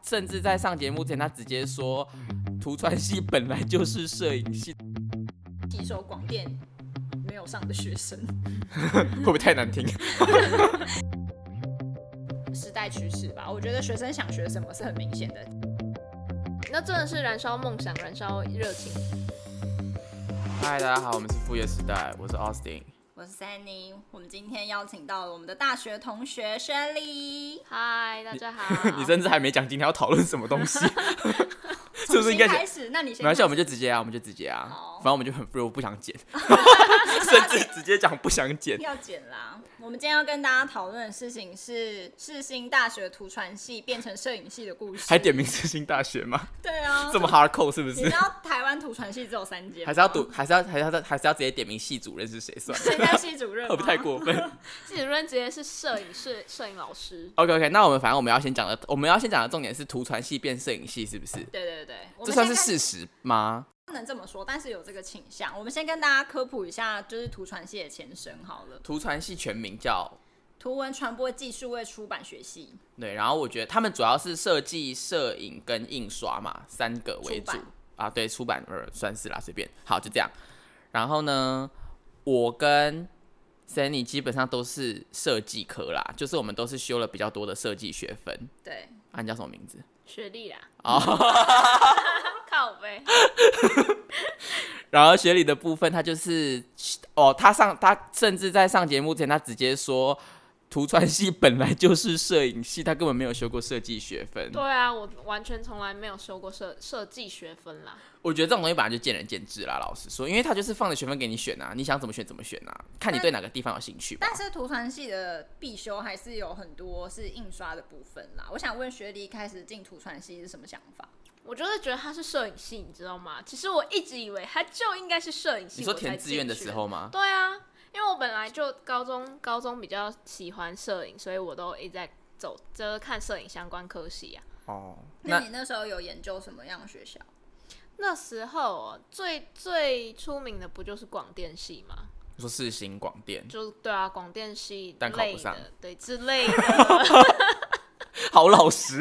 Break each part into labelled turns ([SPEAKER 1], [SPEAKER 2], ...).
[SPEAKER 1] 甚至在上节目前，他直接说，图传系本来就是摄影系，
[SPEAKER 2] 吸收广电没有上的学生。
[SPEAKER 1] 会不会太难听？
[SPEAKER 2] 时代趋势吧，我觉得学生想学什么是很明显的。
[SPEAKER 3] 那真的是燃烧梦想，燃烧热情。
[SPEAKER 1] 嗨，大家好，我们是副业时代，我是 Austin。
[SPEAKER 2] 我是 Sunny，我们今天邀请到了我们的大学同学 Shelly，
[SPEAKER 3] 嗨，大家好
[SPEAKER 1] 。你甚至还没讲今天要讨论什么东 西，是不是应该讲
[SPEAKER 2] 重新开？始？哦那你
[SPEAKER 1] 没
[SPEAKER 2] 先
[SPEAKER 1] 关
[SPEAKER 2] 开
[SPEAKER 1] 系，
[SPEAKER 2] 始。
[SPEAKER 1] 我们就直接啊，我们就直接啊
[SPEAKER 2] 好，
[SPEAKER 1] 反正我们就很 free，我不想 剪，甚至直接讲不想剪。
[SPEAKER 2] 要剪啦！我们今天要跟大家讨论的事情是世新大学图传系变成摄影系的故事。
[SPEAKER 1] 还点名世新大学吗？
[SPEAKER 2] 对 啊，
[SPEAKER 1] 这么 hardcore 是不
[SPEAKER 2] 你知
[SPEAKER 1] 是？
[SPEAKER 2] 道台湾图传系只有三间吗，
[SPEAKER 1] 还是要赌，还是要还是要还是要直接点名系主任是谁算？
[SPEAKER 2] 现在系主任
[SPEAKER 1] 会
[SPEAKER 2] 吗
[SPEAKER 1] 不会太过分
[SPEAKER 3] 系主任直接是摄影师、摄影老师。
[SPEAKER 1] ？OK OK，那我们反正我们要先讲的，我们要先讲的重点是图传系变摄影系是不是？
[SPEAKER 2] 对对对，我
[SPEAKER 1] 这
[SPEAKER 2] 们
[SPEAKER 1] 算
[SPEAKER 2] 先
[SPEAKER 1] 是事
[SPEAKER 2] 看
[SPEAKER 1] 实吗？
[SPEAKER 2] 不能这么说，但是有这个倾向。我们先跟大家科普一下，就是图传系的前身好了，
[SPEAKER 1] 图传系全名叫
[SPEAKER 2] 图文传播技术为出版学系
[SPEAKER 1] 对，然后我觉得他们主要是设计、摄影跟印刷嘛，三个为主
[SPEAKER 2] 出版
[SPEAKER 1] 啊。对，出版呃算是啦，随便。好，就这样。然后呢，我跟 Sunny 基本上都是设计科啦，就是我们都是修了比较多的设计学分。
[SPEAKER 2] 对，
[SPEAKER 1] 啊，你叫什么名字？
[SPEAKER 3] 学历啦，
[SPEAKER 1] 哦，
[SPEAKER 3] 靠呗。
[SPEAKER 1] 然后学理的部分，他就是哦，他上他甚至在上节目前，他直接说，图传系本来就是摄影系，他根本没有修过设计学分。
[SPEAKER 3] 对啊，我完全从来没有修过设设计学分啦。
[SPEAKER 1] 我觉得这种东西本来就见仁见智啦，老实说，因为他就是放着学分给你选啊，你想怎么选怎么选啊，看你对哪个地方有兴趣吧。
[SPEAKER 2] 但是图传系的必修还是有很多是印刷的部分啦。我想问学历一开始进图传系是什么想法？
[SPEAKER 3] 我就是觉得他是摄影系，你知道吗？其实我一直以为他就应该是摄影系。
[SPEAKER 1] 你说
[SPEAKER 3] 我才
[SPEAKER 1] 填志愿的
[SPEAKER 3] 进
[SPEAKER 1] 时
[SPEAKER 3] 去
[SPEAKER 1] 候吗？
[SPEAKER 3] 对啊，因为我本来就高中高中比较喜欢摄影，所以我都一直在走，就是看摄影相关科系啊。
[SPEAKER 1] 哦，
[SPEAKER 2] 那
[SPEAKER 1] 那
[SPEAKER 2] 你那时候有研究什么样的学校？
[SPEAKER 3] 那时候哦最最出名的不就是广电系吗？
[SPEAKER 1] 你说世新广电，
[SPEAKER 3] 就对啊，广电系
[SPEAKER 1] 嗯但考不
[SPEAKER 3] 类
[SPEAKER 1] 上
[SPEAKER 3] 的，对之类的。
[SPEAKER 1] 好老实，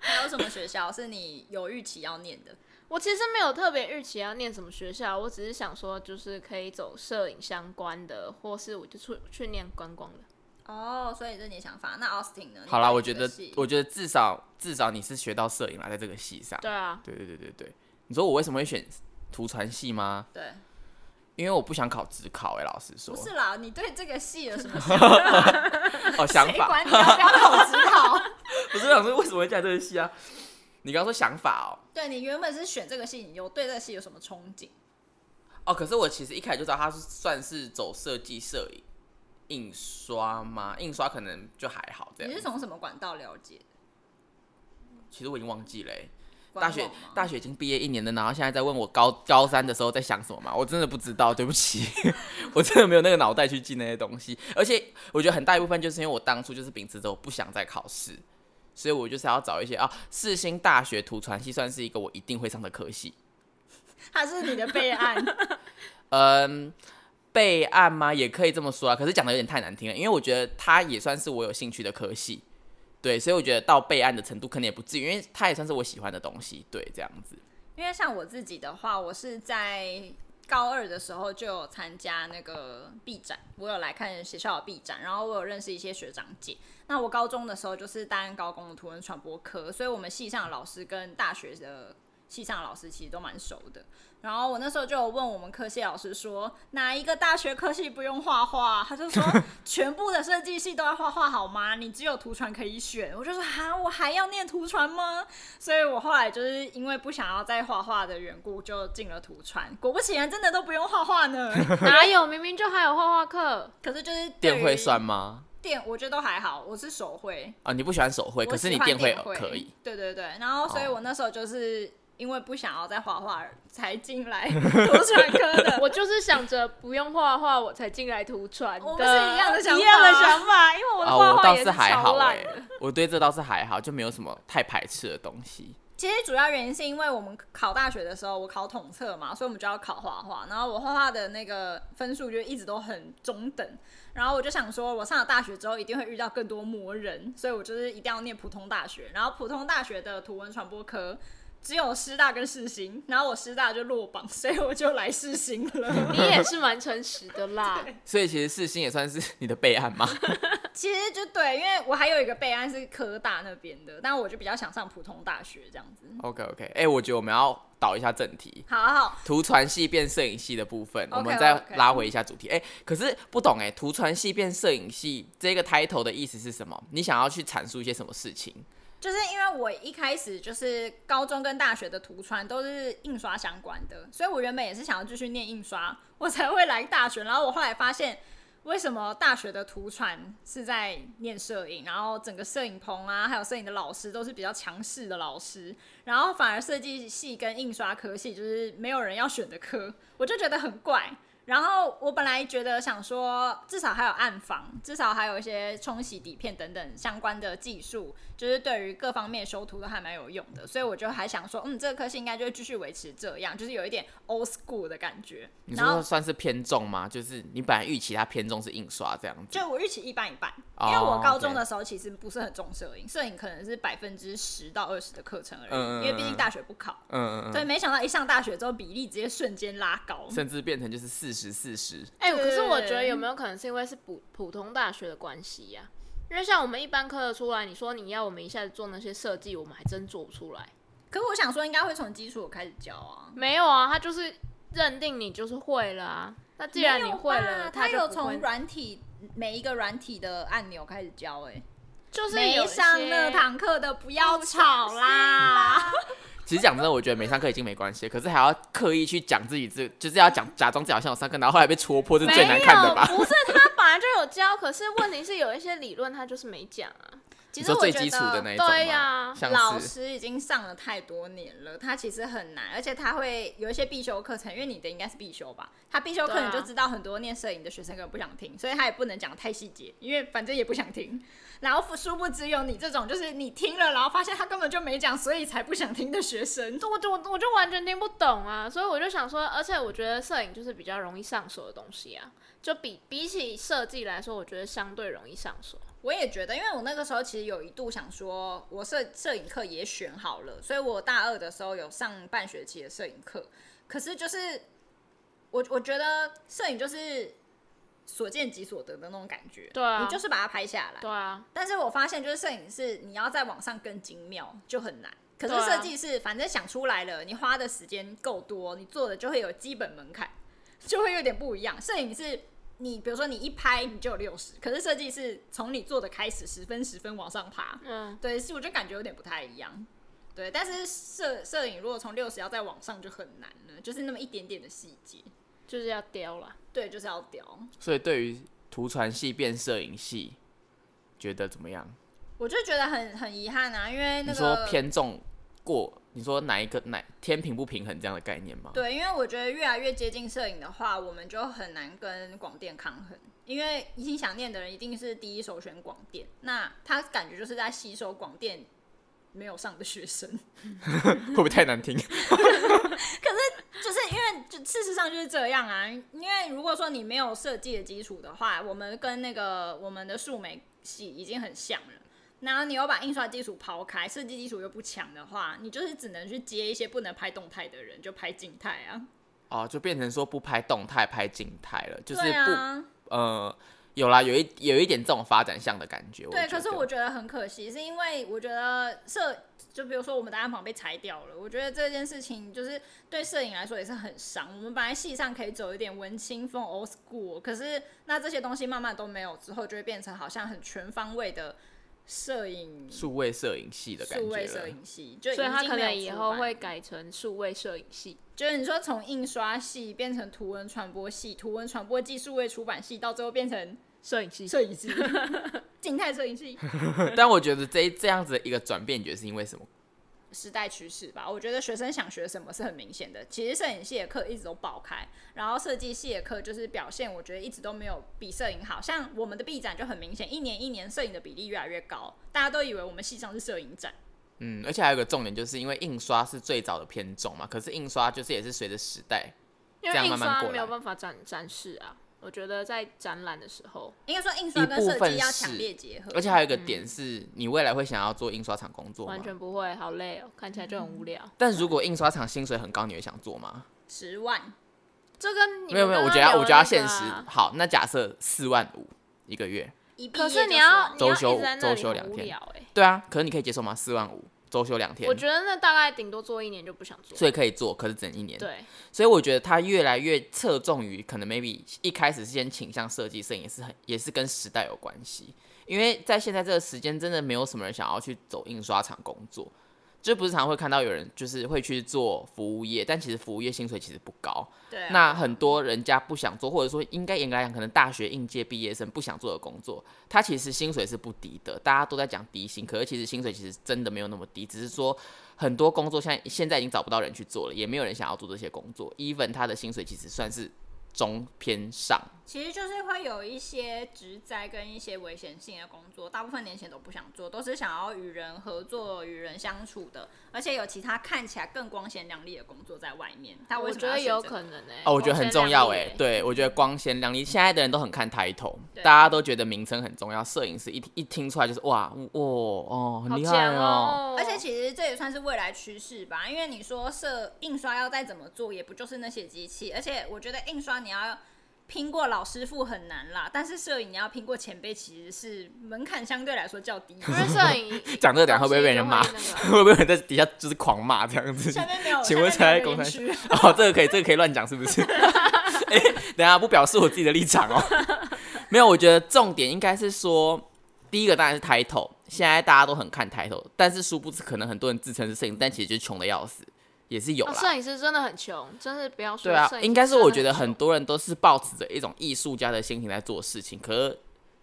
[SPEAKER 2] 还有什么学校是你有预期要念的？
[SPEAKER 3] 我其实没有特别预期要念什么学校，我只是想说，就是可以走摄影相关的，或是我就去去念观光的。
[SPEAKER 2] 哦，所以这是你的想法。那 Austin 呢？
[SPEAKER 1] 好啦，我觉得
[SPEAKER 2] 你对这个系
[SPEAKER 1] 我觉得至少至少你是学到摄影啦，在这个系上。
[SPEAKER 3] 对啊，
[SPEAKER 1] 对对对对对，你说我为什么会选图传系吗？
[SPEAKER 2] 对，
[SPEAKER 1] 因为我不想考职考哎、老实说
[SPEAKER 2] 不，是啊啦，你对这个系有什么想
[SPEAKER 1] 哦想
[SPEAKER 2] 谁
[SPEAKER 1] 法，
[SPEAKER 2] 管你要不要考指考？
[SPEAKER 1] 不是我想说为什么会在这个系啊？你刚刚说想法哦，
[SPEAKER 2] 对你原本是选这个系，你有对这个系有什么憧憬？
[SPEAKER 1] 哦，可是我其实一开始就知道他是算是走设计、摄影、印刷吗？印刷可能就还好这
[SPEAKER 2] 你是
[SPEAKER 1] 样。
[SPEAKER 2] 从什么管道了解的？
[SPEAKER 1] 其实我已经忘记了、欸，大
[SPEAKER 2] 官
[SPEAKER 1] 学
[SPEAKER 2] 网吗
[SPEAKER 1] 大学已经毕业一年了，然后现在在问我高高三的时候在想什么嘛？我真的不知道，对不起， 我真的没有那个脑袋去记那些东西。而且我觉得很大一部分就是因为我当初就是秉持着我不想再考试，所以我就是要找一些啊，世新大学图传系算是一个我一定会上的科系。
[SPEAKER 2] 它是你的备案，
[SPEAKER 1] 嗯，备案吗？也可以这么说啊，可是讲的有点太难听了，因为我觉得它也算是我有兴趣的科系，对，所以我觉得到备案的程度可能也不至于，因为它也算是我喜欢的东西，对，这样子。
[SPEAKER 2] 因为像我自己的话，我是在高二的时候就有参加那个 B 展，我有来看学校的 B 展，然后我有认识一些学长姐。那我高中的时候就是担任高工的图文传播科，所以我们系上的老师跟大学的系上的老师其实都蛮熟的。然后我那时候就有问我们科系老师说，哪一个大学科系不用画画？他就说全部的设计系都要画画好吗？你只有图传可以选。我就说哈，我还要念图传吗？所以我后来就是因为不想要再画画的缘故，就进了图传。果不其然，真的都不用画画 呢。
[SPEAKER 3] 哪有？明明就还有画画课。
[SPEAKER 2] 可是就是对于
[SPEAKER 1] 电绘算吗？
[SPEAKER 2] 电，我觉得都还好，我是手绘。
[SPEAKER 1] 啊，你不喜欢手绘，
[SPEAKER 2] 我
[SPEAKER 1] 可是你
[SPEAKER 2] 喜欢
[SPEAKER 1] 电
[SPEAKER 2] 电
[SPEAKER 1] 绘
[SPEAKER 2] 绘
[SPEAKER 1] 可以。。哦
[SPEAKER 2] 对对对，然后所以我那时候就是因为不想要再画画，才进来 图传科的。
[SPEAKER 3] 我就是想着不用画画，我才进来图传的。
[SPEAKER 2] 我们是一样的想法
[SPEAKER 3] 一样的想法，因为我的
[SPEAKER 1] 啊，
[SPEAKER 3] 画
[SPEAKER 1] 我
[SPEAKER 3] 画
[SPEAKER 1] 倒
[SPEAKER 3] 也
[SPEAKER 1] 还好
[SPEAKER 3] 超
[SPEAKER 1] 哎、
[SPEAKER 3] 烂的。
[SPEAKER 1] 我对这倒是还好，就没有什么太排斥的东西。
[SPEAKER 2] 其实主要原因是因为我们考大学的时候，我考统测嘛，所以我们就要考画画。然后我画画的那个分数就一直都很中等。然后我就想说，我上了大学之后一定会遇到更多魔人，所以我就是一定要念普通大学。然后普通大学的图文传播科只有师大跟世新，然后我师大就落榜，所以我就来世新 了。
[SPEAKER 3] 你也是蛮诚实的啦。
[SPEAKER 1] 所以其实世新也算是 你的备案嘛。
[SPEAKER 2] 其实就对，因为我还有一个备案是科大那边的，但我就比较想上普通大学这样子。
[SPEAKER 1] OK OK，哎、我觉得我们要导一下正题，
[SPEAKER 2] 好好，
[SPEAKER 1] 图传系变摄影系的部分
[SPEAKER 2] OK，
[SPEAKER 1] 我们再
[SPEAKER 2] OK
[SPEAKER 1] 拉回一下主题。哎、可是不懂哎、图传系变摄影系这个 title 的意思是什么？你想要去阐述一些什么事情？
[SPEAKER 2] 就是因为我一开始就是高中跟大学的图传都是印刷相关的，所以我原本也是想要继续念印刷，我才会来大学。然后我后来发现，为什么大学的图传是在念摄影，然后整个摄影棚啊，还有摄影的老师都是比较强势的老师，然后反而设计系跟印刷科系就是没有人要选的科，我就觉得很怪。然后我本来觉得想说，至少还有暗房，至少还有一些冲洗底片等等相关的技术，就是对于各方面修图都还蛮有用的，所以我就还想说，嗯，这个科系应该就会继续维持这样，就是有一点 old school 的感觉。
[SPEAKER 1] 你
[SPEAKER 2] 然后
[SPEAKER 1] 说算是偏重吗？就是你本来预期它偏重是印刷这样子，
[SPEAKER 2] 就我预期一半一半，
[SPEAKER 1] 哦
[SPEAKER 2] 因为我高中的时候其实不是很重摄影，摄影可能是百分之十到二十的课程而
[SPEAKER 1] 嗯
[SPEAKER 2] 已，
[SPEAKER 1] 嗯嗯
[SPEAKER 2] 因为毕竟大学不考。
[SPEAKER 1] 嗯嗯
[SPEAKER 2] 所以没想到一上大学之后，比例直接瞬间拉高
[SPEAKER 1] 嗯，。甚至变成就是四十四十。
[SPEAKER 3] 哎、可是我
[SPEAKER 2] 对
[SPEAKER 3] 觉得有没有可能是因为是普普通大学的关系呀、因为像我们一般科的出来，你说你要我们一下子做那些设计，我们还真做不出来。
[SPEAKER 2] 可我想说，应该会从基础开始教啊。
[SPEAKER 3] 没有啊，他就是认定你就是会了啊。那既然你会
[SPEAKER 2] 没有
[SPEAKER 3] 了，
[SPEAKER 2] 吧他
[SPEAKER 3] 就
[SPEAKER 2] 有
[SPEAKER 3] 不
[SPEAKER 2] 从
[SPEAKER 3] 会
[SPEAKER 2] 软体每一个软体的按钮开始教、欸，
[SPEAKER 3] 就是
[SPEAKER 2] 没
[SPEAKER 3] 有一
[SPEAKER 2] 上
[SPEAKER 3] 些
[SPEAKER 2] 那堂课的不要吵啦。
[SPEAKER 1] 其实讲真的，我觉得没上课已经没关系了，可是还要刻意去讲自己这，就是要讲假装自己好像有上课，然后后来被戳破，这是
[SPEAKER 3] 没
[SPEAKER 1] 最难看的吧？
[SPEAKER 3] 有，不是他本来就有教，可是问题是有一些理论他就是没讲啊。
[SPEAKER 2] 其
[SPEAKER 1] 你
[SPEAKER 2] 实
[SPEAKER 1] 说
[SPEAKER 2] 我
[SPEAKER 1] 最
[SPEAKER 2] 觉
[SPEAKER 1] 基础
[SPEAKER 2] 得
[SPEAKER 1] 的那一种吗
[SPEAKER 3] 对呀、
[SPEAKER 1] 像
[SPEAKER 2] 老
[SPEAKER 1] 是
[SPEAKER 2] 师已经上了太多年了，他其实很难，而且他会有一些必修课程，因为你的应该是必修吧，他必修课
[SPEAKER 3] 对啊
[SPEAKER 2] 你就知道很多念摄影的学生根本不想听，所以他也不能讲太细节，因为反正也不想听。然后殊不知有你这种，就是你听了，然后发现他根本就没讲，所以才不想听的学生。
[SPEAKER 3] 我就我我就完全听不懂啊，所以我就想说，而且我觉得摄影就是比较容易上手的东西啊，就比比起设计来说，我觉得相对容易上手。
[SPEAKER 2] 我也觉得，因为我那个时候其实有一度想说，我摄摄影课也选好了，所以我大二的时候有上半学期的摄影课。可是就是我我觉得摄影就是所见即所得的那种感觉，
[SPEAKER 3] 对啊
[SPEAKER 2] 你就是把它拍下来。
[SPEAKER 3] 对啊，
[SPEAKER 2] 但是我发现就是摄影是你要在网上更精妙就很难，可是
[SPEAKER 3] 对啊
[SPEAKER 2] 设计是反正想出来了，你花的时间够多，你做的就会有基本门槛， 就会有点不一样。摄影是你比如说你一拍你就有六十，可是设计是从你做的开始十分十分往上爬，
[SPEAKER 3] 嗯，
[SPEAKER 2] 对，是我就感觉有点不太一样。对，但是摄摄影如果从六十要再往上就很难了，就是那么一点点的细节，
[SPEAKER 3] 就是要雕啦。
[SPEAKER 2] 对，就是要雕。
[SPEAKER 1] 所以对于图传系变摄影系，觉得怎么样？
[SPEAKER 2] 我就觉得很很遗憾啊，因为那
[SPEAKER 1] 你说
[SPEAKER 2] 个
[SPEAKER 1] 偏重过，你说哪一个哪天平不平衡这样的概念吗？
[SPEAKER 2] 对，因为我觉得越来越接近摄影的话，我们就很难跟广电抗衡，因为一心想念的人一定是第一首选广电，那他感觉就是在吸收广电没有上的学生，
[SPEAKER 1] 会不会太难听？
[SPEAKER 2] 就是因为就事实上就是这样啊，因为如果说你没有设计的基础的话，我们跟那个我们的数媒系已经很像了。然后你又把印刷基础抛开，设计基础又不强的话，你就是只能去接一些不能拍动态的人，就拍静态啊。
[SPEAKER 1] 哦，就变成说不拍动态，拍静态了，就是
[SPEAKER 2] 对
[SPEAKER 1] 不、
[SPEAKER 2] 啊，
[SPEAKER 1] 呃，有啦，有一有一点这种发展向的感觉。
[SPEAKER 2] 对，
[SPEAKER 1] 觉
[SPEAKER 2] 可是
[SPEAKER 1] 得
[SPEAKER 2] 我觉得很可惜，是因为我觉得摄，就比如说我们的暗房被裁掉了，我觉得这件事情就是对摄影来说也是很伤。我们本来戏上可以走一点文青风 old school，可是那这些东西慢慢都没有之后，就会变成好像很全方位的摄影。
[SPEAKER 1] 数位摄影系的感
[SPEAKER 2] 数
[SPEAKER 1] 觉
[SPEAKER 2] 位
[SPEAKER 1] 了。
[SPEAKER 2] 摄影系，就已
[SPEAKER 3] 所以他
[SPEAKER 2] 经
[SPEAKER 3] 可
[SPEAKER 2] 没有
[SPEAKER 3] 能以后
[SPEAKER 2] 出版
[SPEAKER 3] 会改成数位摄影系。
[SPEAKER 2] 就是你说从印刷系变成图文传播系，图文传播技术位出版系，到最后变成
[SPEAKER 3] 摄影系
[SPEAKER 2] 摄影系， 静态摄影系，
[SPEAKER 1] 但我觉得这这样子的一个转变，你觉得是因为什么？
[SPEAKER 2] 时代趋势吧。我觉得学生想学什么是很明显的。其实摄影系的课一直都爆开，然后设计系的课就是表现，我觉得一直都没有比摄影好。像我们的毕展就很明显，一年一年摄影的比例越来越高，大家都以为我们系上是摄影展。
[SPEAKER 1] 嗯，而且还有一个重点，就是因为印刷是最早的偏重嘛，可是印刷就是也是随着时代，
[SPEAKER 3] 因
[SPEAKER 1] 这
[SPEAKER 3] 为
[SPEAKER 1] 样
[SPEAKER 3] 印
[SPEAKER 1] 慢慢
[SPEAKER 3] 刷
[SPEAKER 1] 过来
[SPEAKER 3] 没有办法展展示啊。我觉得在展览的时候，
[SPEAKER 2] 应该说印刷跟
[SPEAKER 1] 一
[SPEAKER 2] 设
[SPEAKER 1] 部分
[SPEAKER 2] 计要
[SPEAKER 1] 是
[SPEAKER 2] 强烈结合，
[SPEAKER 1] 而且还有一个点是，你未来会想要做印刷厂工作吗
[SPEAKER 3] 嗯完？全不会，好累哦，看起来就很无
[SPEAKER 2] 嗯
[SPEAKER 3] 聊。
[SPEAKER 1] 但如果印刷厂薪水很高，你会想做吗？
[SPEAKER 2] 十万
[SPEAKER 3] 这跟你
[SPEAKER 1] 没有没
[SPEAKER 3] 们
[SPEAKER 1] 有，我
[SPEAKER 3] 刚
[SPEAKER 1] 觉
[SPEAKER 3] 刚
[SPEAKER 1] 得要我觉得要
[SPEAKER 3] 聊的
[SPEAKER 1] 现
[SPEAKER 3] 那
[SPEAKER 1] 实
[SPEAKER 3] 个啊。
[SPEAKER 1] 好，那假设四万五一个月，
[SPEAKER 2] 一毕
[SPEAKER 3] 可
[SPEAKER 2] 业
[SPEAKER 3] 是你
[SPEAKER 2] 就啊
[SPEAKER 1] 周
[SPEAKER 2] 说
[SPEAKER 3] 要你要
[SPEAKER 1] 休
[SPEAKER 3] 一直在那里
[SPEAKER 1] 周休两
[SPEAKER 3] 很无
[SPEAKER 1] 天
[SPEAKER 3] 聊哎。
[SPEAKER 1] 对啊，可是你可以接受吗？四万五，周休两天
[SPEAKER 3] 我，觉得那大概顶多做一年就不想做。
[SPEAKER 1] 所以可以做，可是只能一年。
[SPEAKER 3] 对，
[SPEAKER 1] 所以我觉得他越来越侧重于可能 maybe 一开始是先倾向设计摄影，也是很也是跟时代有关系，因为在现在这个时间，真的没有什么人想要去走印刷厂工作，就不是常会看到有人就是会去做服务业，但其实服务业薪水其实不高，
[SPEAKER 2] 对啊、
[SPEAKER 1] 那很多人家不想做，或者说应该严格来讲，可能大学应届毕业生不想做的工作，他其实薪水是不低的。大家都在讲低薪，可是其实薪水其实真的没有那么低，只是说很多工作现在现在已经找不到人去做了，也没有人想要做这些工作。even 他的薪水其实算是中偏上，
[SPEAKER 2] 其实就是会有一些职灾跟一些危险性的工作，大部分年前都不想做，都是想要与人合作、与人相处的，而且有其他看起来更光鲜亮丽的工作在外面。他为
[SPEAKER 3] 嗯我
[SPEAKER 2] 什
[SPEAKER 3] 觉
[SPEAKER 2] 么要
[SPEAKER 3] 得
[SPEAKER 2] 选
[SPEAKER 3] 有
[SPEAKER 2] 择
[SPEAKER 3] 可能哎。
[SPEAKER 1] 哦，我觉得很重要哎、
[SPEAKER 3] 哎。
[SPEAKER 1] 对，我觉得光鲜亮丽，现在的人都很看抬头，
[SPEAKER 2] 对
[SPEAKER 1] 大家都觉得名称很重要。摄影师一一听出来就是哇，哇哦，
[SPEAKER 3] 好
[SPEAKER 1] 很厉害
[SPEAKER 3] 强哦！
[SPEAKER 2] 而且其实这也算是未来趋势吧，因为你说设印刷要再怎么做，也不就是那些机器，而且我觉得印刷你要拼过老师傅很难啦，但是摄影你要拼过前辈其实是门槛相对来说较 低，
[SPEAKER 3] 因为摄影
[SPEAKER 1] 讲这个等下会不会被人 骂
[SPEAKER 3] 东西 就会那个
[SPEAKER 1] 会不会有人在底下就是狂骂这样子？
[SPEAKER 2] 下面没有，
[SPEAKER 1] 请问
[SPEAKER 2] 下
[SPEAKER 1] 才
[SPEAKER 2] 面没有
[SPEAKER 1] 公
[SPEAKER 2] 留言
[SPEAKER 1] 开
[SPEAKER 2] 区
[SPEAKER 1] 哦，这个可以，这个可以乱讲，是不是？ 哎、等一下不表示我自己的立场哦。 没有，我觉得重点应该是说，第一个当然是抬头，现在大家都很看抬头，但是殊不知可能很多人自称是摄影，但其实就是穷的要死，也是有
[SPEAKER 3] 哦
[SPEAKER 1] 啦。
[SPEAKER 3] 摄影师真 的很穷，真是不要说
[SPEAKER 1] 对啊
[SPEAKER 3] 摄影，师
[SPEAKER 1] 应该是我觉得
[SPEAKER 3] 真的
[SPEAKER 1] 很
[SPEAKER 3] 穷
[SPEAKER 1] 多人都是抱持着一种艺术家的心情在做事情，可是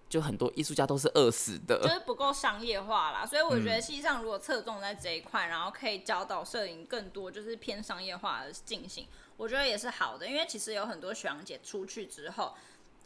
[SPEAKER 1] 就很多艺术家都是饿死
[SPEAKER 2] 就
[SPEAKER 1] 的。
[SPEAKER 2] 是不够商业化啦，所以我觉得实际上如果侧重在这一块，然后可以教导摄影更多就是偏商业化的进行，我觉得也是好的，因为其实有很多学长姐出去之后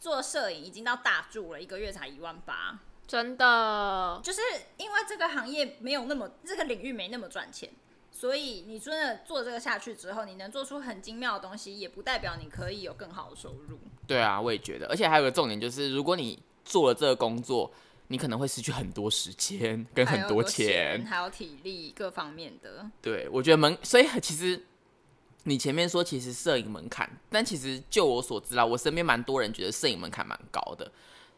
[SPEAKER 2] 做摄影已经到大助了，一个月才一万八，
[SPEAKER 3] 真的
[SPEAKER 2] 就是因为这个行业没有那么这个领域没那么赚钱，所以你真的做这个下去之后，你能做出很精妙的东西，也不代表你可以有更好的收入。
[SPEAKER 1] 对啊，我也觉得，而且还有个重点就是，如果你做了这个工作，你可能会失去很多时间跟
[SPEAKER 2] 还有
[SPEAKER 1] 很
[SPEAKER 2] 很
[SPEAKER 1] 多
[SPEAKER 2] 钱
[SPEAKER 1] 钱，。
[SPEAKER 2] 还有体力各方面的，
[SPEAKER 1] 对，我觉得门，所以其实你前面说其实摄影门槛，但其实就我所知啦，我身边蛮多人觉得摄影门槛蛮高的，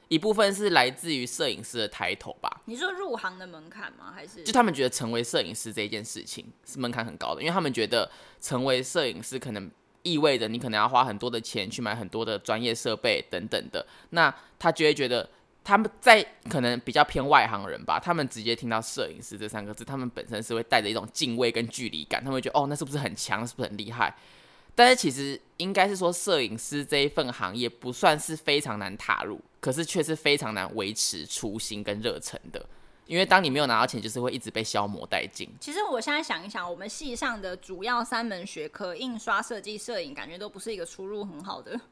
[SPEAKER 1] 一部分是来自于摄影师的抬头吧，
[SPEAKER 2] 你说入行的门槛吗？还是
[SPEAKER 1] 就他们觉得成为摄影师这一件事情是门槛很高的，因为他们觉得成为摄影师可能意味着你可能要花很多的钱去买很多的专业设备等等的，那他就会觉得。他们在可能比较偏外行人吧，他们直接听到摄影师这三个字，他们本身是会带着一种敬畏跟距离感，他们会觉得哦，那是不是很强，是不是很厉害？但是其实应该是说，摄影师这一份行业不算是非常难踏入，可是却是非常难维持初心跟热忱的，因为当你没有拿到钱，就是会一直被消磨殆尽。
[SPEAKER 2] 其实我现在想一想，我们系上的主要三门学科——印刷、设计、摄影，感觉都不是一个出路很好的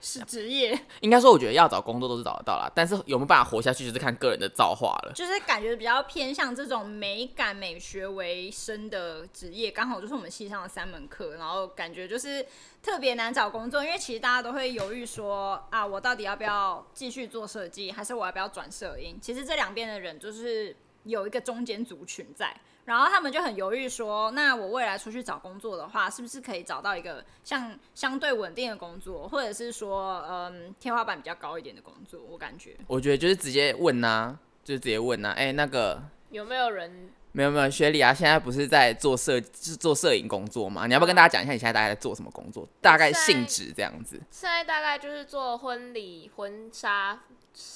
[SPEAKER 2] 是职业，
[SPEAKER 1] 应该说，我觉得要找工作都是找得到啦，但是有没有办法活下去，就是看个人的造化了。
[SPEAKER 2] 就是感觉比较偏向这种美感美学为生的职业，刚好就是我们系上的三门课，然后感觉就是特别难找工作，因为其实大家都会犹豫说啊，我到底要不要继续做设计，还是我要不要转摄影？其实这两边的人就是有一个中间族群在，然后他们就很犹豫说，那我未来出去找工作的话，是不是可以找到一个像相对稳定的工作，或者是说，嗯，天花板比较高一点的工作？我感觉
[SPEAKER 1] 我觉得就是直接问呐、就是直接问呐、哎、那个
[SPEAKER 3] 有没有人
[SPEAKER 1] 没有没有，学理啊，现在不是在做摄，就是做摄影工作嘛？你要不要跟大家讲一下你现在大概在做什么工作，大概性质这样子？
[SPEAKER 3] 现在大概就是做婚礼、婚纱，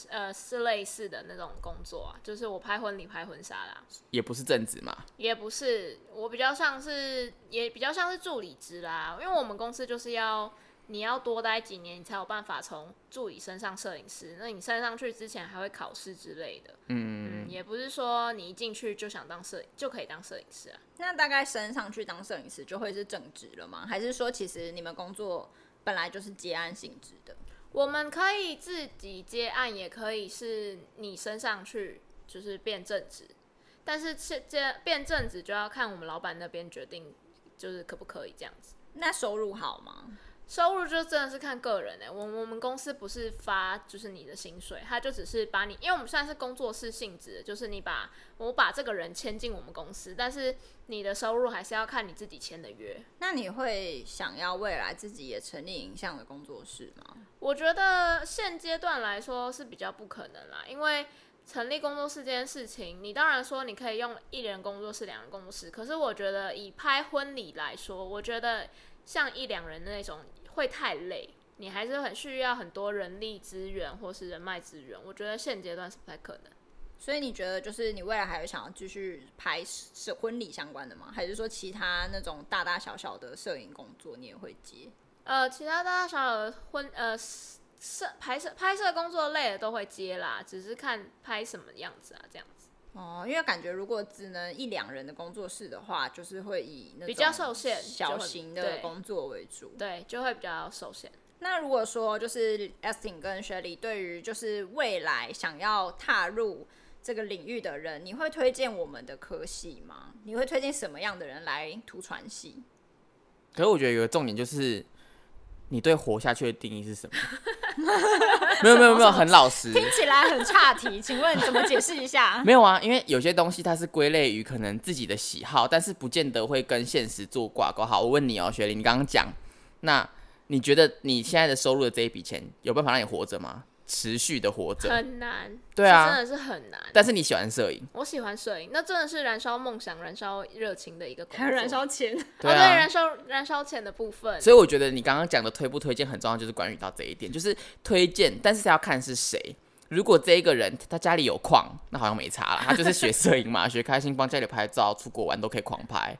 [SPEAKER 3] 呃，是类似的那种工作啊，就是我拍婚礼、拍婚纱啦，
[SPEAKER 1] 也不是正职嘛，
[SPEAKER 3] 也不是，我比较像是，也比较像是助理职啦，因为我们公司就是要你要多待几年，你才有办法从助理升上摄影师，那你升上去之前还会考试之类的，嗯也不是说你一进去就想当摄就可以当摄影师啊，
[SPEAKER 2] 那大概升上去当摄影师就会是正职了吗？还是说其实你们工作本来就是接案性质的？
[SPEAKER 3] 我们可以自己接案，也可以是你升上去，就是变正职。但是这这变正职就要看我们老板那边决定，就是可不可以这样子。
[SPEAKER 2] 那收入好吗？
[SPEAKER 3] 收入就真的是看个人哎、我我们公司不是发就是你的薪水，他就只是把你，因为我们算是工作室性质的，就是你把我把这个人签进我们公司，但是你的收入还是要看你自己签的约。
[SPEAKER 2] 那你会想要未来自己也成立影像的工作室吗？
[SPEAKER 3] 我觉得现阶段来说是比较不可能啦，因为成立工作室这件事情，你当然说你可以用一人工作室、两人工作室，可是我觉得以拍婚礼来说，我觉得像一两人的那种会太累，你还是很需要很多人力资源或是人脉资源，我觉得现阶段是不太可能。
[SPEAKER 2] 所以你觉得就是你未来还有想要继续拍是婚礼相关的吗？还是说其他那种大大小小的摄影工作你也会接？
[SPEAKER 3] 呃，其他大大小小的婚呃摄拍摄拍摄工作类的都会接啦，只是看拍什么样子啊，这样子。
[SPEAKER 2] 哦，因为感觉如果只能一两人的工作室的话，就是会以那种
[SPEAKER 3] 比较受限
[SPEAKER 2] 小
[SPEAKER 3] 就会
[SPEAKER 2] 型的
[SPEAKER 3] 对
[SPEAKER 2] 工作为主。
[SPEAKER 3] 对，就会比较受限。
[SPEAKER 2] 那如果说就是 Estin 跟 Shelly 对于就是未来想要踏入这个领域的人，你会推荐我们的科系吗？你会推荐什么样的人来图传系？
[SPEAKER 1] 可是我觉得有个重点就是，你对活下去的定义是什么？ 没有没有没有，很老实。
[SPEAKER 2] 听起来很差题，请问怎么解释一 下？
[SPEAKER 1] 没有啊，因为有些东西它是归类于可能自己的喜好，但是不见得会跟现实做挂钩。好，我问你哦，雪玲，你刚刚讲，那你觉得你现在的收入的这一笔钱，有办法让你活着吗？持续的活着？
[SPEAKER 3] 很难，
[SPEAKER 1] 对啊
[SPEAKER 3] 是真的是很难。
[SPEAKER 1] 但是你喜欢摄影，
[SPEAKER 3] 我喜欢摄影，那真的是燃烧梦想、燃烧热情的一个 工作。
[SPEAKER 2] 还有燃烧钱，
[SPEAKER 3] 哦，对，
[SPEAKER 1] 啊，
[SPEAKER 3] 燃烧燃烧钱的部分，
[SPEAKER 1] 所以我觉得你刚刚讲的推不推荐很重要，就是关于到这一点，就是推荐，但是要看是谁。如果这一个人他家里有矿，那好像没差啦，他就是学摄影嘛，学开心，帮家里拍照，出国玩都可以狂拍，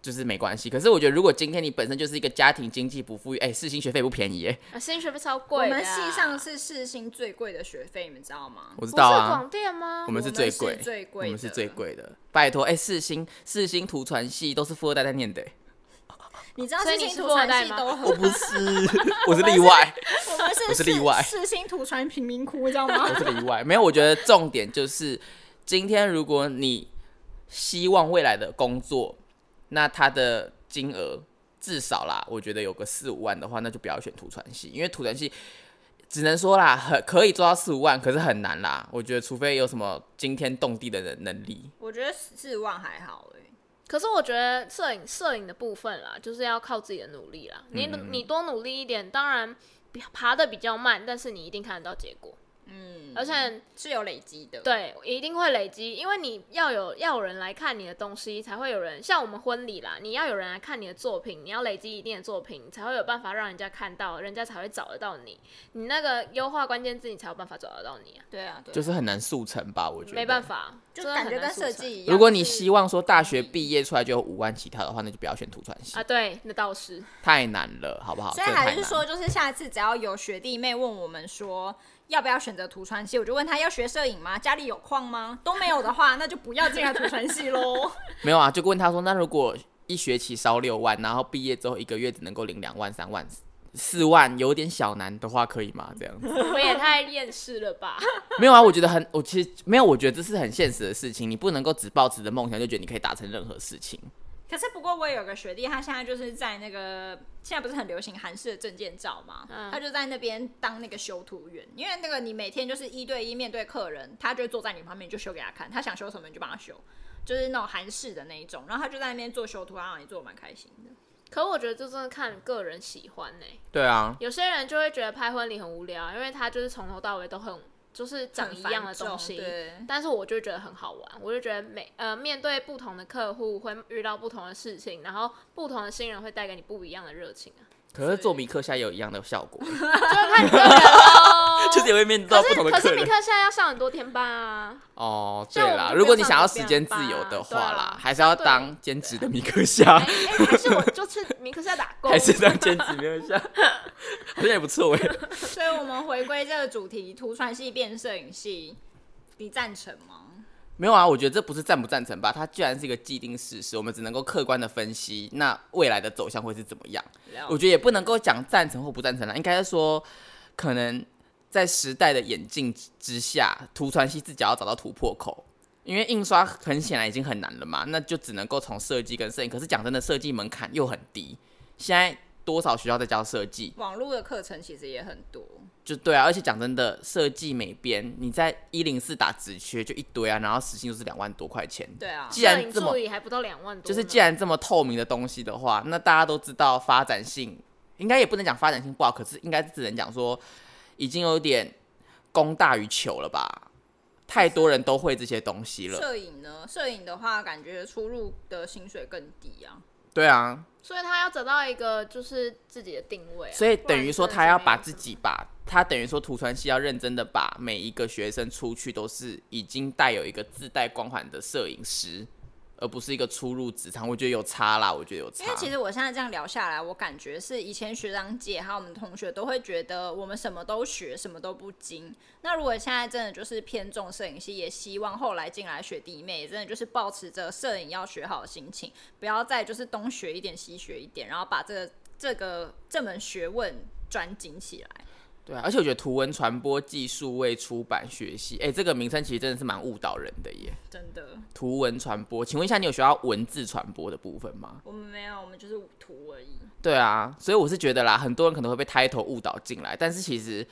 [SPEAKER 1] 就是没关系。可是我觉得，如果今天你本身就是一个家庭经济不富裕，哎、世新学费不便宜耶，
[SPEAKER 3] 啊，薪水费超
[SPEAKER 2] 我
[SPEAKER 3] 贵的啊。
[SPEAKER 2] 们系上是世新最贵的学费，你们知道吗？
[SPEAKER 1] 我知
[SPEAKER 3] 不是
[SPEAKER 1] 道啊，
[SPEAKER 3] 广电吗？
[SPEAKER 1] 我们是最
[SPEAKER 2] 我
[SPEAKER 1] 贵
[SPEAKER 2] 们是最，贵
[SPEAKER 1] 我
[SPEAKER 2] 的
[SPEAKER 1] 们是最贵的，拜托，哎、世新世新图传系都是富二代在念的耶，哎
[SPEAKER 2] 你知道
[SPEAKER 3] 所
[SPEAKER 2] 世
[SPEAKER 3] 以你
[SPEAKER 2] 新
[SPEAKER 3] 是
[SPEAKER 2] 图
[SPEAKER 3] 富二
[SPEAKER 2] 传
[SPEAKER 3] 代
[SPEAKER 2] 系
[SPEAKER 3] 吗
[SPEAKER 2] 都 很
[SPEAKER 1] 我不是， 我是例外。
[SPEAKER 2] 我们是
[SPEAKER 1] 我是例外
[SPEAKER 2] 世世新图传贫民窟，你知道吗
[SPEAKER 1] 我？是例外。没有，我觉得重点就是，今天如果你希望未来的工作，那它的金额至少啦，我觉得有个四五万的话，那就不要选图传系，因为图传系只能说啦，很可以做到四五万，可是很难啦。我觉得除非有什么惊天动地的能能力，
[SPEAKER 2] 我觉得四万还好哎、
[SPEAKER 3] 可是我觉得摄影摄影的部分啦，就是要靠自己的努力
[SPEAKER 1] 嗯
[SPEAKER 3] 啦。你、你多努力一点，当然爬的比较慢，但是你一定看得到结果，
[SPEAKER 2] 嗯，
[SPEAKER 3] 而且
[SPEAKER 2] 是有累积的。，
[SPEAKER 3] 对，一定会累积，因为你要有要有人来看你的东西，才会有人像我们婚礼啦，你要有人来看你的作品，你要累积一定的作品，才会有办法让人家看到，人家才会找得到你。你那个优化关键字，你才有办法找得到你、啊，
[SPEAKER 2] 对啊，对啊
[SPEAKER 1] 就是很难速成吧？我觉得
[SPEAKER 3] 没办。法，
[SPEAKER 2] 就
[SPEAKER 3] 真的
[SPEAKER 2] 感
[SPEAKER 3] 很
[SPEAKER 2] 觉
[SPEAKER 3] 难
[SPEAKER 2] 跟
[SPEAKER 3] 速
[SPEAKER 2] 设
[SPEAKER 3] 成
[SPEAKER 2] 计一样。
[SPEAKER 1] 如果你希
[SPEAKER 2] 望，
[SPEAKER 1] 望说大学毕业出来就有五万起跳的话，那就不要选图传系
[SPEAKER 3] 啊，， 对，那倒是
[SPEAKER 1] 太难了，好不好？
[SPEAKER 2] 所以
[SPEAKER 1] 真的太
[SPEAKER 2] 还是
[SPEAKER 1] 难
[SPEAKER 2] 说，就是下次只要有学弟妹问我们说要不要选择图传系，我就问他要学摄影吗？家里有矿吗？都没有的话，那就不要进来图传系喽。
[SPEAKER 1] 没有啊，就问他说，那如果一学期烧六万，然后毕业之后一个月只能够领两万、三万、四万，有点小难的话，可以吗？这样子
[SPEAKER 3] 我也太厌世了吧？
[SPEAKER 1] 没有啊，我觉得很，我其实没有，我觉得这是很现实的事情，你不能够只抱持着梦想就觉得你可以达成任何事情。
[SPEAKER 2] 可是不过我有个学弟，他现在就是在那个现在不是很流行韩式的证件照嘛，
[SPEAKER 3] 嗯
[SPEAKER 2] 他就在那边当那个修图员，因为那个你每天就是一对一面对客人，他就坐在你旁边你就修给他看，他想修什么你就帮他修，就是那种韩式的那一种，然后他就在那边做修图，他让你做得蛮开心的。
[SPEAKER 3] 可我觉得这真的看个人喜欢呢、
[SPEAKER 1] 对啊，
[SPEAKER 3] 有些人就会觉得拍婚礼很无聊，因为他就是从头到尾都很就是长一样的东西，
[SPEAKER 2] 很繁重对
[SPEAKER 3] 但是我就觉得很好玩，我就觉得每呃面对不同的客户会遇到不同的事情，然后不同的新人会带给你不一样的热情啊，
[SPEAKER 1] 可是做米克现在也有一样的效果，
[SPEAKER 3] 就看你个人喽
[SPEAKER 1] 。就是也会面对到不同的
[SPEAKER 3] 可
[SPEAKER 1] 客
[SPEAKER 3] 是米
[SPEAKER 1] 人
[SPEAKER 3] 克。现在要上很多天班啊，
[SPEAKER 1] 哦，对
[SPEAKER 3] 像我们
[SPEAKER 1] 啦，
[SPEAKER 3] 就
[SPEAKER 1] 如果
[SPEAKER 3] 不
[SPEAKER 1] 你
[SPEAKER 3] 要
[SPEAKER 1] 想要
[SPEAKER 3] 上
[SPEAKER 1] 时
[SPEAKER 3] 班
[SPEAKER 1] 间自
[SPEAKER 3] 吧
[SPEAKER 1] 由的
[SPEAKER 3] 对
[SPEAKER 1] 话
[SPEAKER 3] 啊
[SPEAKER 1] 啦，还是要
[SPEAKER 3] 对
[SPEAKER 1] 当兼职的米克夏
[SPEAKER 3] 哎、，哎还是我 就去米克现在打工，
[SPEAKER 1] 还是当兼职米克夏，好像也不错哎。
[SPEAKER 2] 所以我们回归这个主题，图传系变摄影系，你赞成吗？
[SPEAKER 1] 没有啊，我觉得这不是赞不赞成吧，它既然是一个既定事实，我们只能够客观的分析，那未来的走向会是怎么样？
[SPEAKER 2] 哦
[SPEAKER 1] 我觉得也不能够讲赞成或不赞成啦，应该是说，可能在时代的演进之下，图传系自己要找到突破口，因为印刷很显然已经很难了嘛，那就只能够从设计跟摄影。可是讲真的，设计门槛又很低，现在多少学校在教设计？
[SPEAKER 2] 网络的课程其实也很多，
[SPEAKER 1] 就对啊，而且讲真的，设计美编你在一零四打职缺就一堆啊，然后时薪就是两万多块钱。
[SPEAKER 2] 对啊，
[SPEAKER 1] 既然
[SPEAKER 3] 摄影
[SPEAKER 1] 这么
[SPEAKER 3] 助理还不到两万多呢，
[SPEAKER 1] 就是既然这么透明的东西的话，那大家都知道发展性，应该也不能讲发展性不好，可是应该只能讲说已经有点供大于求了吧。太多人都会这些东西了，
[SPEAKER 2] 摄影呢，摄影的话，感觉出入的薪水更低啊。
[SPEAKER 1] 对啊，
[SPEAKER 3] 所以他要找到一个就是自己的定位啊、
[SPEAKER 1] 所以
[SPEAKER 3] 不
[SPEAKER 1] 等
[SPEAKER 3] 然
[SPEAKER 1] 于
[SPEAKER 3] 真
[SPEAKER 1] 说
[SPEAKER 3] 的
[SPEAKER 1] 他
[SPEAKER 3] 是
[SPEAKER 1] 要
[SPEAKER 3] 没
[SPEAKER 1] 把
[SPEAKER 3] 有
[SPEAKER 1] 自
[SPEAKER 3] 什么
[SPEAKER 1] 己把他等于说图传系要认真的把每一个学生出去都是已经带有一个自带光环的摄影师，而不是一个初入职场，我觉得有差啦，我觉得有差
[SPEAKER 2] 因为。其实我现在这样聊下来，我感觉是以前学长姐还有我们同学都会觉得我们什么都学，什么都不精。那如果现在真的就是偏重摄影系，也希望后来进来学弟妹，也真的就是保持着摄影要学好的心情，不要再就是东学一点西学一点，然后把这个这个这门学问专精起来。
[SPEAKER 1] 对啊，而且我觉得图文传播技术为出版学系，哎、这个名称其实真的是蛮误导人的耶。
[SPEAKER 2] 真的，
[SPEAKER 1] 图文传播，请问一下，你有学到文字传播的部分吗？
[SPEAKER 2] 我们没有，我们就是图而已。
[SPEAKER 1] 对啊，所以我是觉得啦，很多人可能会被 title 误导进来，但是其实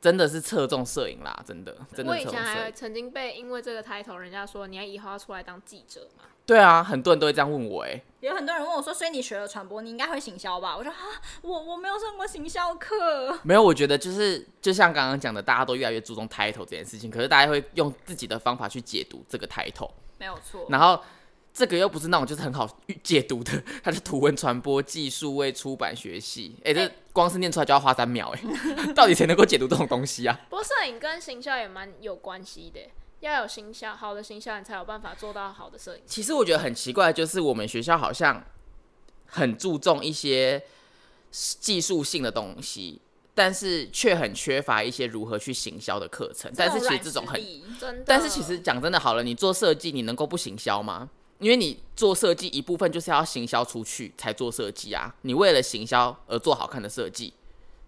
[SPEAKER 1] 真的是侧重摄影啦，真的，真的
[SPEAKER 3] 我
[SPEAKER 1] 是
[SPEAKER 3] 以
[SPEAKER 1] 侧重
[SPEAKER 3] 前
[SPEAKER 1] 摄
[SPEAKER 3] 还
[SPEAKER 1] 影。
[SPEAKER 3] 曾经被因为这个 title，人家说你要以后要出来当记者嘛，
[SPEAKER 1] 对啊，很多人都会这样问我、哎，
[SPEAKER 2] 有很多人问我说：“所以你学了传播，你应该会行销吧？”我说：“啊，我我没有上过行销课。”
[SPEAKER 1] 没有，我觉得就是就像刚刚讲的，大家都越来越注重 title 这件事情，可是大家会用自己的方法去解读这个 title，
[SPEAKER 2] 没有错。
[SPEAKER 1] 然后这个又不是那种就是很好解读的，它是图文传播技术为出版学系，哎、这
[SPEAKER 3] 哎
[SPEAKER 1] 光是念出来就要花三秒、哎， 到底谁能够解读这种东西啊？
[SPEAKER 3] 不过摄影跟行销也蛮有关系的，要有行销，好的行销你才有办法做到好的摄影。
[SPEAKER 1] 其实我觉得很奇怪，就是我们学校好像很注重一些技术性的东西，但是却很缺乏一些如何去行销的课程。但是其实这种很，
[SPEAKER 3] 真的，
[SPEAKER 1] 但是其实讲真的，好了，你做设计，你能够不行销吗？因为你做设计一部分就是要行销出去才做设计啊，你为了行销而做好看的设计，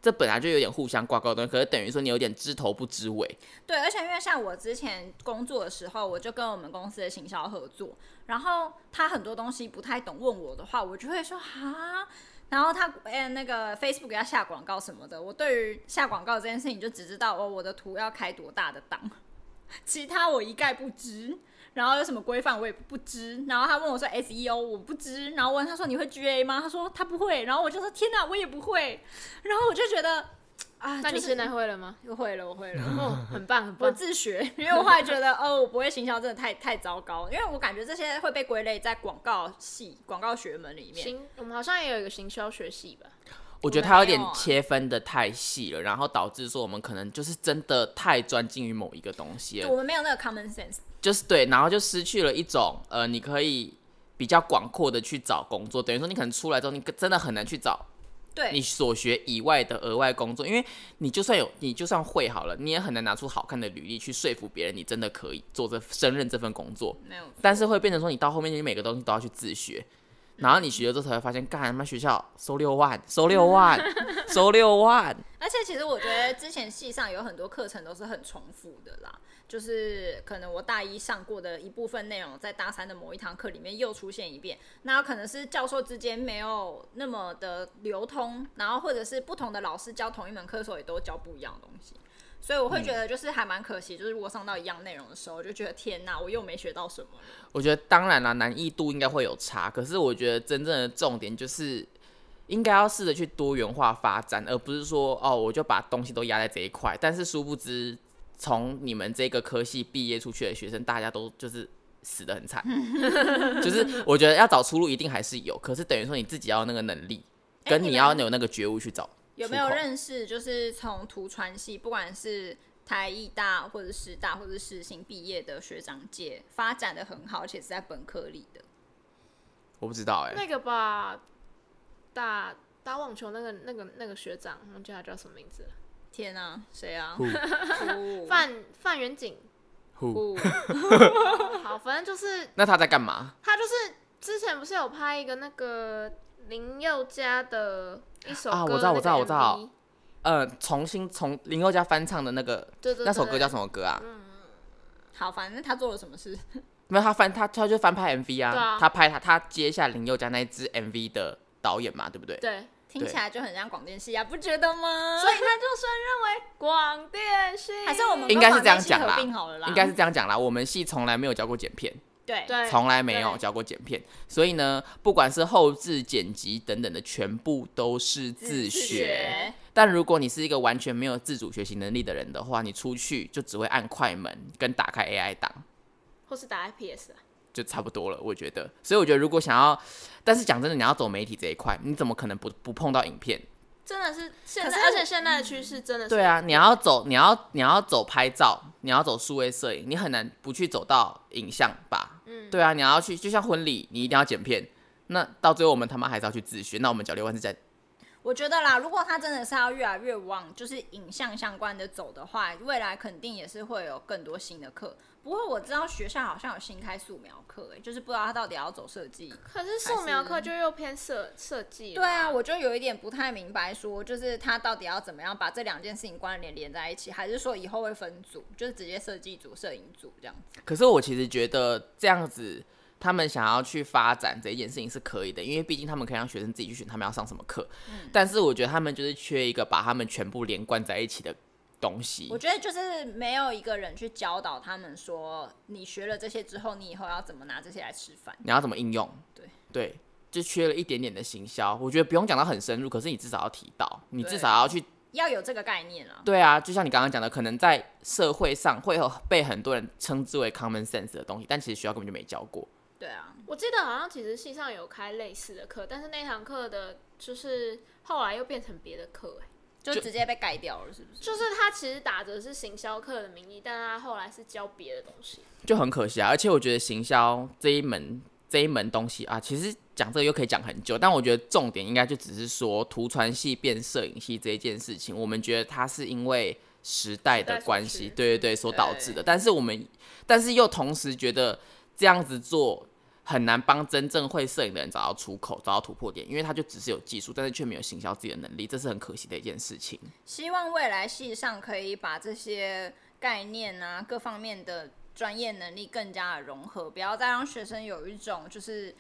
[SPEAKER 1] 这本来就有点互相挂钩的东西，可是等于说你有点知头不知尾。
[SPEAKER 2] 对，而且因为像我之前工作的时候，我就跟我们公司的行销合作，然后他很多东西不太懂，问我的话，我就会说哈。然后他哎、那个 Facebook 给他下广告什么的，我对于下广告这件事情就只知道哦，我的图要开多大的档， 其他我一概不知。然后有什么规范我也不知。然后他问我说 SEO 我不知，然后问他说你会 GA 吗？他说他不会。然后我就说天哪，我也不会。然后我就觉得啊，
[SPEAKER 3] 那你
[SPEAKER 2] 就是
[SPEAKER 3] 现在会了 吗？
[SPEAKER 2] 又 会了，我会了。
[SPEAKER 3] 哦，很棒，很
[SPEAKER 2] 我
[SPEAKER 3] 棒。
[SPEAKER 2] 自学， 因为我后来觉得，哦，我不会行销真的太太糟糕，因为我感觉这些会被归类在广告系、广告学门里面。
[SPEAKER 3] 行，我们好像也有一个行销学系吧？
[SPEAKER 1] 我觉得它有点切分的太细了，然后导致说我们可能就是真的太专精于某一个东西
[SPEAKER 2] 我
[SPEAKER 1] 了，
[SPEAKER 2] 们没有那个 common sense，
[SPEAKER 1] 就是对，然后就失去了一种呃，你可以比较广阔的去找工作，等于说你可能出来之后，你真的很难去找你
[SPEAKER 2] 对，
[SPEAKER 1] 所学以外的额外工作，因为你就算有，你就算会好了，你也很难拿出好看的履历去说服别人，你真的可以做这胜任这份工作。
[SPEAKER 2] 没有。
[SPEAKER 1] 但是会变成说，你到后面你每个东西都要去自学，然后你学了之后才会发现，干他妈学校收六万，收六万，收六万，
[SPEAKER 2] 而且其实我觉得之前系上有很多课程都是很重复的啦，就是可能我大一上过的一部分内容，在大三的某一堂课里面又出现一遍。那可能是教授之间没有那么的流通，然后或者是不同的老师教同一门课的时候也都教不一样的东西。所以我会觉得就是还蛮可惜，就是如果上到一样内容的时候，我就觉得天哪，我又没学到什么了。
[SPEAKER 1] 我觉得当然啦，难易度应该会有差，可是我觉得真正的重点就是应该要试着去多元化发展，而不是说哦，我就把东西都压在这一块。但是殊不知，从你们这个科系毕业出去的学生，大家都就是死得很 惨，就是我觉得要找出路一定还是有，可是等于说你自己要有那个能力，
[SPEAKER 2] 哎
[SPEAKER 1] 跟
[SPEAKER 2] 你
[SPEAKER 1] 你
[SPEAKER 2] 们
[SPEAKER 1] 要有那个觉悟去找。
[SPEAKER 2] 有没有
[SPEAKER 1] 出口
[SPEAKER 2] 认识就是从图传系，不管是台艺大或者师大或者是新毕业的学长姐，发展的很好，而且是在本科里的？
[SPEAKER 1] 我不知道哎、
[SPEAKER 3] 那个吧，打打网球那个那个那个学长，忘记他叫什么名字了，
[SPEAKER 2] 天哪，谁啊？
[SPEAKER 1] Who？
[SPEAKER 3] 范范远景。
[SPEAKER 1] Who？
[SPEAKER 2] 不，
[SPEAKER 3] 好，反正就是
[SPEAKER 1] 那他在干嘛？
[SPEAKER 3] 他就是之前不是有拍一个那个林宥嘉的一首歌，
[SPEAKER 1] 啊我知道我知道我知道
[SPEAKER 3] 那个 MV，
[SPEAKER 1] 呃，重新从林宥嘉翻唱的那个
[SPEAKER 3] 对对对，
[SPEAKER 1] 那首歌
[SPEAKER 3] 对
[SPEAKER 1] 叫什么歌啊？
[SPEAKER 2] 好，反正他做了什么事？
[SPEAKER 1] 没有他翻他他就翻拍 MV 啊，
[SPEAKER 3] 对啊
[SPEAKER 1] 他拍他他接下林宥嘉那一支 MV 的导演嘛，对不对？
[SPEAKER 3] 对，
[SPEAKER 2] 听起来就很像广电系啊，不觉得 吗？
[SPEAKER 3] 所以他就算认为广电系
[SPEAKER 2] 还是我们
[SPEAKER 1] 应该是这样讲
[SPEAKER 2] 跟
[SPEAKER 1] 啦
[SPEAKER 2] 广电系合并好
[SPEAKER 3] 啊
[SPEAKER 2] 了啦，
[SPEAKER 1] 应该是这样讲啦，我们系从来没有教过剪片，
[SPEAKER 2] 对
[SPEAKER 3] 对
[SPEAKER 1] 从来没有
[SPEAKER 3] 对
[SPEAKER 1] 教过剪片，所以呢，不管是后置剪辑等等的，全部都是自学。
[SPEAKER 2] 自学
[SPEAKER 1] 但如果你是一个完全没有自主学习能力的人的话，你出去就只会按快门跟打开 AI 档，
[SPEAKER 3] 或是打 FPS 啊，
[SPEAKER 1] 就差不多了，我觉得。所以我觉得，如果想要，但是讲真的，你要走媒体这一块，你怎么可能不不碰到影片？
[SPEAKER 3] 真的是现
[SPEAKER 2] 可
[SPEAKER 3] 在，
[SPEAKER 2] 是
[SPEAKER 3] 而且现在的趋势真的是
[SPEAKER 1] 对啊，你要走，你要你要走拍照，你要走数位摄影，你很难不去走到影像吧？
[SPEAKER 3] 嗯
[SPEAKER 1] 对啊，你要去，就像婚礼，你一定要剪片。那到最后我们他妈还是要去自学，那我们交流万是在
[SPEAKER 2] 我觉得啦，如果他真的是要越来越往就是影像相关的走的话，未来肯定也是会有更多新的课。不过我知道学校好像有新开素描课、欸，就是不知道他到底要走设计。
[SPEAKER 3] 可是素描课就又偏设设计了，
[SPEAKER 2] 对啊，我就有一点不太明白说就是他到底要怎么样把这两件事情关联连在一起，还是说以后会分组，就是直接设计组、摄影组这样子？
[SPEAKER 1] 可是我其实觉得这样子，他们想要去发展这一件事情是可以的，因为毕竟他们可以让学生自己去选他们要上什么课。但是我觉得他们就是缺一个把他们全部连贯在一起的东西
[SPEAKER 2] 我。觉得就是没有一个人去教导他们说，你学了这些之后，你以后要怎么拿这些来吃饭。
[SPEAKER 1] 你要怎么应用？
[SPEAKER 2] 对
[SPEAKER 1] 对，就缺了一点点的行销。我觉得不用讲到很深入，可是你至少要提到，你至
[SPEAKER 2] 对
[SPEAKER 1] 少要去
[SPEAKER 2] 要有这个概念啊，
[SPEAKER 1] 对啊，就像你刚刚讲的，可能在社会上会有被很多人称之为 common sense 的东西，但其实学校根本就没教过。
[SPEAKER 2] 对啊，
[SPEAKER 3] 我记得好像其实系上有开类似的课，但是那堂课的就是后来又变成别的课、欸，
[SPEAKER 2] 就
[SPEAKER 1] 就
[SPEAKER 2] 直接被盖掉了，是不是？
[SPEAKER 3] 就是他其实打着是行销课的名义，但他后来是教别的东西。
[SPEAKER 1] 就很可惜啊。而且我觉得行销这一门这一门东西啊，其实讲这个又可以讲很久，但我觉得重点应该就只是说图传系变摄影系这一件事情，我们觉得它是因为时代
[SPEAKER 3] 时代
[SPEAKER 1] 的
[SPEAKER 3] 所
[SPEAKER 1] 关
[SPEAKER 3] 趋
[SPEAKER 1] 系，对对对，所导致的。但是我们，但是又同时觉得这样子做。很难帮真正会摄影的人找到出口，找到突破点，因为他就只是有技术，但是却没有行销自己的能力，这是很可惜的一件事情。
[SPEAKER 2] 希望未来系上可以把这些概念啊，各方面的专业能力更加的融合，不要再让学生有一种就是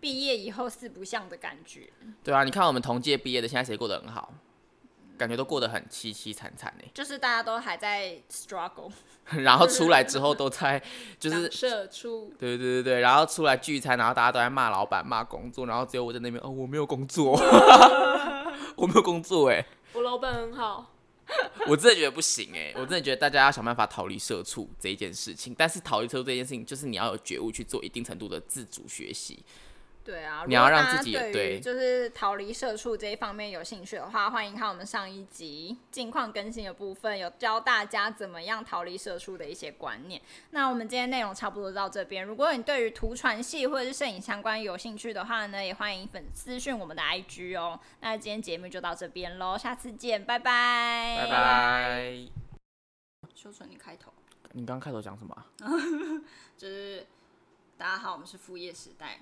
[SPEAKER 2] 毕业以后四不像的感觉。
[SPEAKER 1] 对啊，你看我们同届毕业的，现在谁过得很好？感觉都过得很凄凄惨惨欸呢。
[SPEAKER 2] 就是大家都还在 struggle，
[SPEAKER 1] 然后出来之后都在就是
[SPEAKER 3] 当。社畜，
[SPEAKER 1] 对对对对，然后出来聚餐，然后大家都在骂老板、骂工作，然后只有我在那边，哦，我没有工作， 我没有工作哎，
[SPEAKER 3] 我老板很好，
[SPEAKER 1] 我真的觉得不行哎，我真的觉得大家要想办法逃离社畜这一件事情。但是逃离社畜这件事情，就是你要有觉悟去做一定程度的自主学习。
[SPEAKER 2] 对啊，
[SPEAKER 1] 你要
[SPEAKER 2] 如果
[SPEAKER 1] 让
[SPEAKER 2] 大家
[SPEAKER 1] 自己也
[SPEAKER 2] 于
[SPEAKER 1] 对
[SPEAKER 2] 就是逃离社畜这一方面有兴趣的话，欢迎看我们上一集近况更新的部分，有教大家怎么样逃离社畜的一些观念。那我们今天内容差不多到这边，如果你对于图传系或者是摄影相关有兴趣的话呢，也欢迎粉私讯我们的 IG 哦。那今天节目就到这边喽，下次见，拜拜，
[SPEAKER 1] 拜。拜。
[SPEAKER 2] 修纯，你开头
[SPEAKER 1] 你刚刚开头讲什么啊？
[SPEAKER 2] 就是大家好，我们是副业时代，